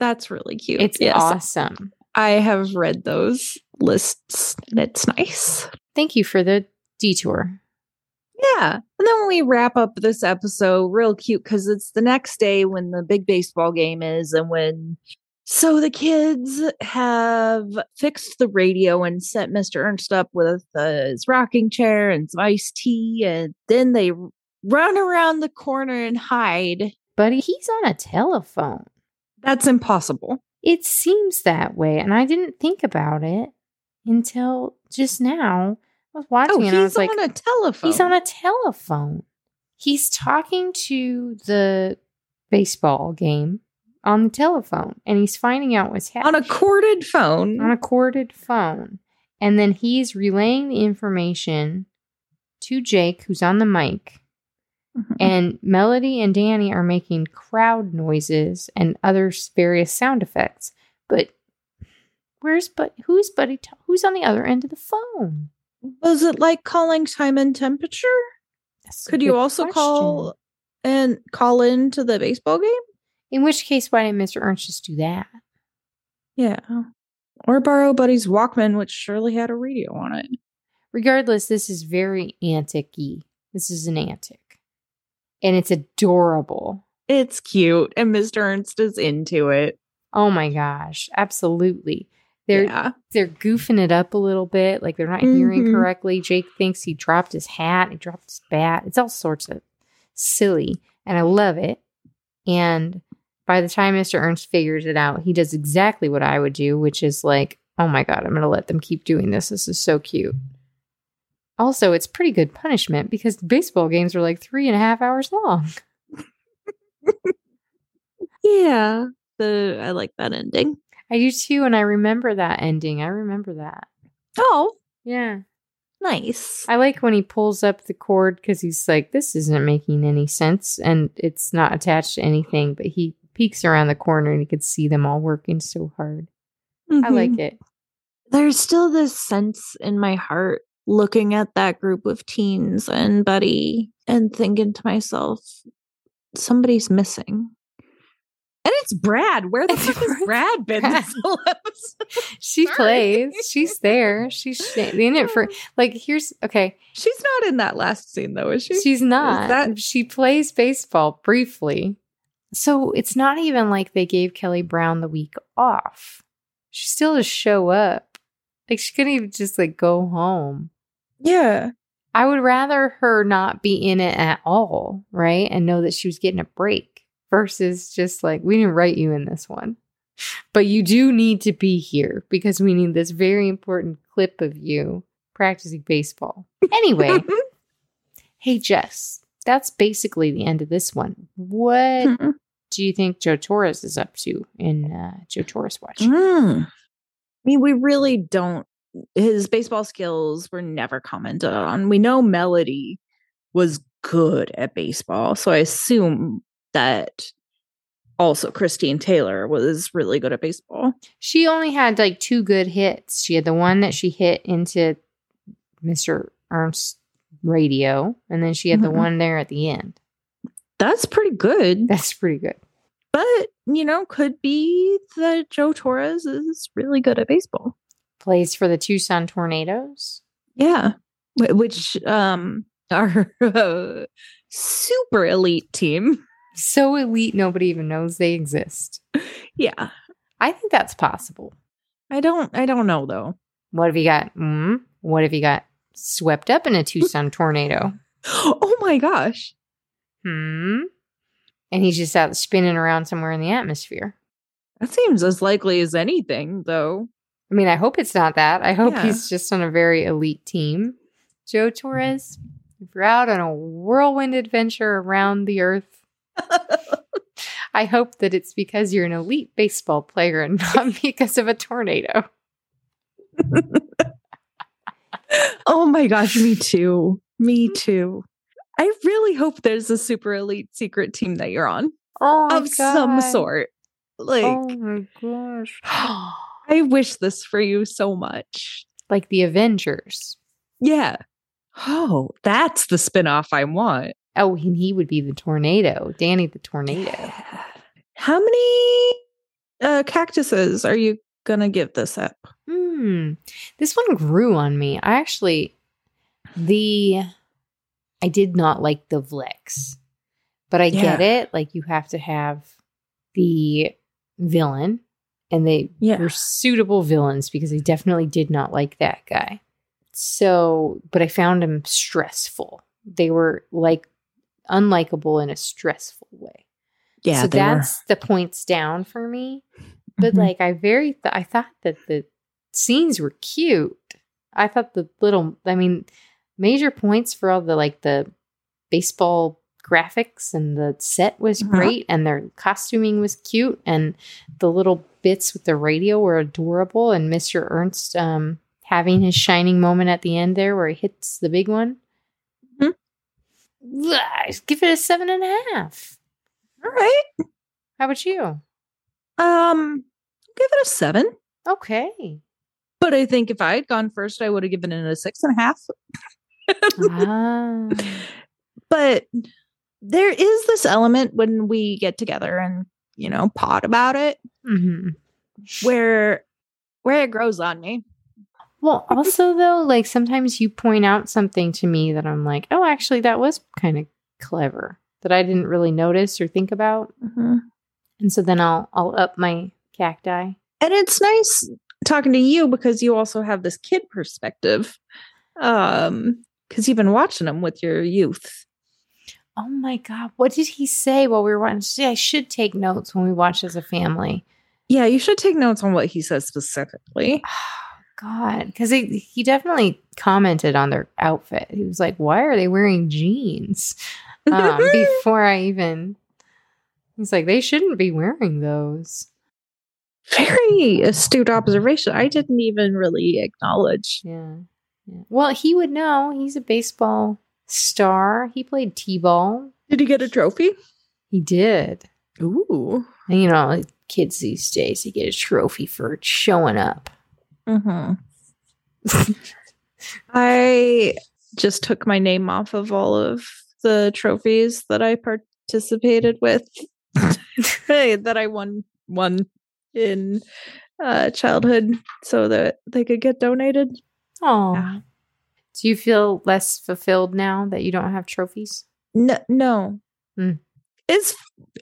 That's really cute.
It's
yes,
awesome.
I have read those lists and it's nice.
Thank you for the detour.
Yeah. And then when we wrap up this episode, real cute because it's the next day when the big baseball game is and when. So the kids have fixed the radio and set Mr. Ernst up with uh, his rocking chair and some iced tea. And then they r- run around the corner and hide.
But he's on a telephone.
That's impossible.
It seems that way. And I didn't think about it until just now. I was watching
Oh,
and I was
he's
like,
on a telephone.
He's on a telephone. He's talking to the baseball game on the telephone and he's finding out what's
on
happening
a Hmm? corded phone.
on a corded phone. And then he's relaying the information to Jake, who's on the mic.
Mhm.
And Melody and Danny are making crowd noises and other s- various sound effects. But where's but who's Buddy? T- who's on the other end of the phone?
Was it like calling time and temperature?
That's a
Could you
good
also
question.
call and call in to the baseball game?
In which case, why didn't Mr. Ernst just do that?
Yeah. Or borrow Buddy's Walkman, which surely had a radio on it.
Regardless, this is very antic y. This is an antic. And it's adorable.
It's cute, and Mr. Ernst is into it.
Oh my gosh. Absolutely. They're
yeah.
they're goofing it up a little bit. Like they're not hearing
Mhm.
correctly. Jake thinks he dropped his hat, he dropped his bat. It's all sorts of silly. And I love it. And by the time Mr. Ernst figures it out, he does exactly what I would do, which is like, oh my God, I'm going to let them keep doing this. This is so cute. Also, it's pretty good punishment because baseball games are like three and a half hours long.
Yeah. The I like that ending.
I do too. And I remember that ending. I remember that.
Oh,
Yeah.
nice.
I like when he pulls up the cord because he's like, this isn't making any sense and it's not attached to anything, but he peeks around the corner and he could see them all working so hard.
Mm-hmm.
I like it.
There's still this sense in my heart looking at that group of teens and Buddy and thinking to myself, somebody's missing. And it's Brad. Where the
It's
fuck has
Brad.
Brad been this whole episode?
She
Sorry.
plays, she's there, she's sh- in it for like, here's okay,
She's not in that last scene though, is she?
she's not.
that-
she plays baseball briefly. So it's not even like they gave Kelly Brown the week off. She still just show up. Like she couldn't even just like go home.
yeah.
I would rather her not be in it at all, right? And know that she was getting a break versus just like, we didn't write you in this one, but you do need to be here because we need this very important clip of you practicing baseball. Anyway, hey, Jess, that's basically the end of this one.
Hmm.
What do you think Joe Torres is up to in uh, Joe Torres Watch?
Mm. I mean, we really don't. His baseball skills were never commented on. We know Melody was good at baseball, so I assume that also Christine Taylor was really good at baseball.
She only had like two good hits. She had the one that she hit into Mr. Ernst's radio, and then she had
Mhm.
the one there at the end.
That's pretty good,
That's pretty good.
but you know, could be that Joe Torres is really good at baseball.
Plays for the Tucson Tornadoes.
Yeah, Wh- which um are a super elite team.
So elite, nobody even knows they exist.
Yeah,
I think that's possible.
I don't. I don't know though.
What if he got? Mm, what if he got swept up in a Tucson tornado?
Oh my gosh.
Hmm. And he's just out spinning around somewhere in the atmosphere.
That seems as likely as anything, though.
I mean, I hope it's not that. I hope
Yeah.
he's just on a very elite team. Joe Torres, if you're out on a whirlwind adventure around the earth, I hope that it's because you're an elite baseball player and not because of a tornado.
oh my gosh, me too.
Mm-hmm.
Me too. I really hope there's a super elite secret team that you're on
Oh,
of some sort. Like,
Oh my gosh.
I wish this for you so much.
like the Avengers.
Yeah. Oh, that's the spinoff I want.
Oh, and he would be the tornado, Danny the tornado.
How many uh, cactuses are you going to give this up?
Hmm. This one grew on me. I actually, the, I did not like the Vlex, but I get it. Like you have to have the villain, and they
Yeah.
were suitable villains because I definitely did not like that guy. So, but I found him stressful. They were like unlikable in a stressful way. so
they were.
that's the points down for me. But
Mhm.
like, I very th- I thought that the scenes were cute. I thought the little, I mean, major points for all the like the baseball graphics and the set was
Mhm.
great and their costuming was cute and the little bits with the radio were adorable and Mr. Ernst um having his shining moment at the end there where he hits the big one.
Mhm. Mm-hmm.
Ugh, Give it a seven and a half.
all right.
How about you?
Um, give it a seven.
Okay.
But I think if I had gone first, I would have given it a six and a half.
Ah.
But there is this element when we get together and, you know, pot about it
Mhm.
where where it grows on me.
Well, also though, like sometimes you point out something to me that I'm like, oh, actually, that was kind of clever that I didn't really notice or think about, and so then I'll I'll up my cacti.
And it's nice talking to you because you also have this kid perspective. Um, because you've been watching them with your youth.
Oh my god, what did he say while we were watching? See, I should take notes when we watch as a family.
Yeah, you should take notes on what he says specifically.
Oh, God, because he he definitely commented on their outfit. He was like, "Why are they wearing jeans?" Um, before I even, he's like, "They shouldn't be wearing those."
Very astute observation. I didn't even really acknowledge.
Yeah. yeah. Well, he would know. He's a baseball star. He played t-ball.
Did he get a trophy?
He did.
Ooh.
And, you know, like, kids these days, they get a trophy for showing up.
Mm-hmm. I just took my name off of all of the trophies that I participated with that I won won in uh, childhood so that they could get donated.
Oh.
Yeah.
Do you feel less fulfilled now that you don't have trophies?
No, no.
Mm.
Is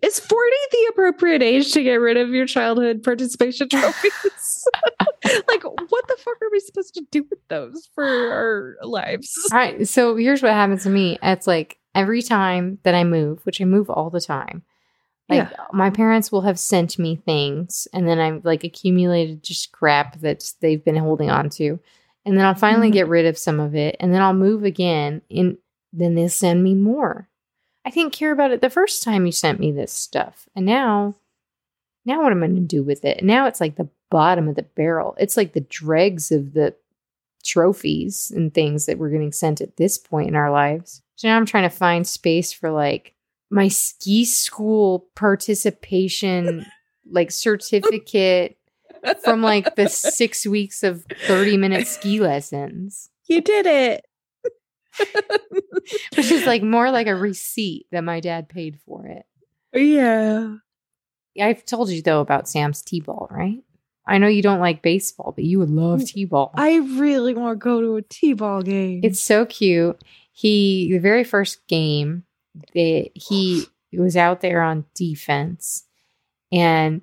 is 40 the appropriate age to get rid of your childhood participation trophies? like what the fuck are we supposed to do with those for our lives?
All right. So here's what happens to me. It's like every time that I move, which I move all the time, like my parents will have sent me things and then I've like accumulated just crap that they've been holding on to. And then I'll finally
Mhm.
get rid of some of it and then I'll move again and then they'll send me more. I didn't care about it the first time you sent me this stuff. And now, now what am I going to do with it? Now it's like the bottom of the barrel. It's like the dregs of the trophies and things that we're getting sent at this point in our lives. So now I'm trying to find space for like my ski school participation like certificate from like the six weeks of 30 minute ski lessons,
You did it.
which is like more like a receipt that my dad paid for it.
yeah.
I've told you though about Sam's T ball, right? I know you don't like baseball, but you would love T ball.
I really want to go to a t-ball game.
It's so cute. He the very first game that he was out there on defense and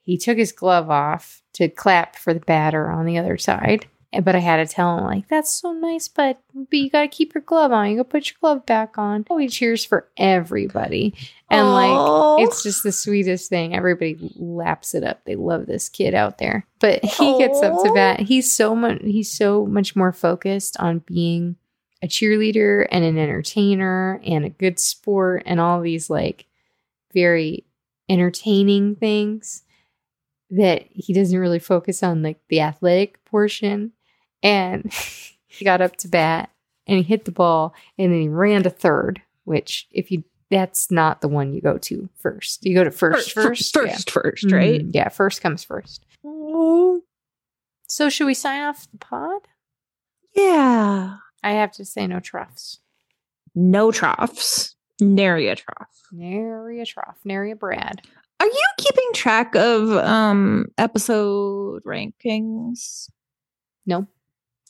he took his glove off to clap for the batter on the other side. And- But I had to tell him, like, that's so nice, but but you gotta keep your glove on. You gotta put your glove back on. Oh, he cheers for everybody. And like
Aw.
it's just the sweetest thing. Everybody laps it up. They love this kid out there. But he gets up to
Aw.
bat. He's so much he's so much more focused on being a cheerleader and an entertainer and a good sport and all these like very entertaining things that he doesn't really focus on like the athletic portion. And he got up to bat and he hit the ball and then he ran to third, which if you that's not the one you go to first. You go to first first.
first,
yeah.
first, right?
Mhm. Yeah, first comes first.
Oh,
So should we sign off the pod?
yeah.
I have to say no troughs.
No troughs. Nary a trough.
Nary a trough, nary a Brad.
Are you keeping track of um episode rankings?
No.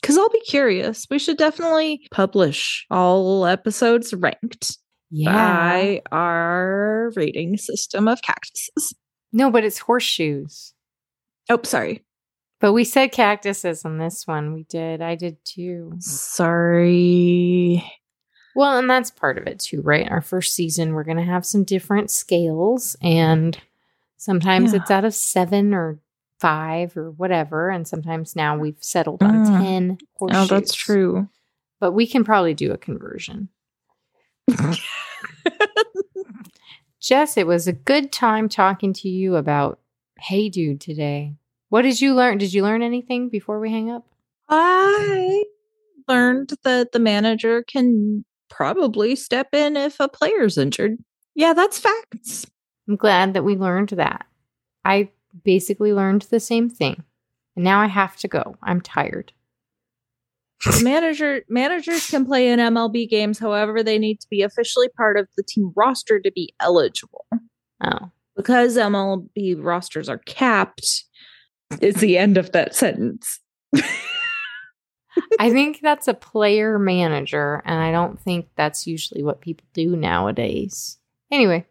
Cause I'll be curious. We should definitely publish all episodes ranked by our rating system of cactuses.
No, but it's horseshoes.
Oh, sorry.
But we said cactuses on this one. We did. I did too.
Sorry.
Well, and that's part of it too, right? Our first season, we're going to have some different scales, and sometimes
Yeah.
it's out of seven or five or whatever. And sometimes now we've settled on
Mm.
10 horseshoes.
Oh, that's true.
But we can probably do a conversion. Jess, it was a good time talking to you about Hey Dude today. What did you learn? Did you learn anything before we hang up?
I learned that the manager can probably step in if a player's injured. Yeah, that's facts.
I'm glad that we learned that. I basically learned the same thing. And now I have to go. I'm tired.
The manager managers can play in MLB games, however, they need to be officially part of the team roster to be eligible.
Oh.
Because MLB rosters are capped, is the end of that sentence.
I think that's a player manager, and I don't think that's usually what people do nowadays. Anyway.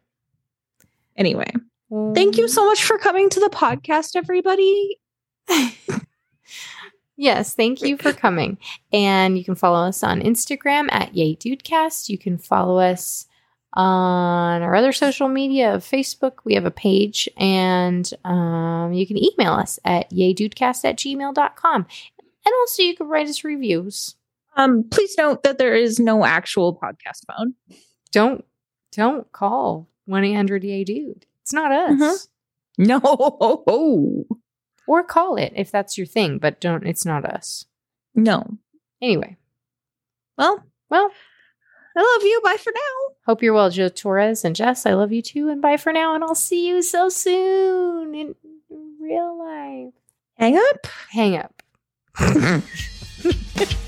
Anyway, thank you
um,
so much for coming to the podcast, everybody.
Yes, thank you for coming. And you can follow us on Instagram at Yay Dudecast. You can follow us on our other social media, Facebook. We have a page. And um, you can email us at yaydudecast at gmail.com. And also, you can write us reviews.
Um, please note that there is no actual podcast phone.
Don't don't call 1 800 Yay Dude. It's not us.
Mhm. No,
Or call it if that's your thing, but don't, it's not us.
no.
Anyway,
Well,
well,
I love you. Bye for now.
Hope you're well, Joe Torres and Jess. I love you too. And bye for now. And I'll see you so soon in real life.
Hang up.
Hang up.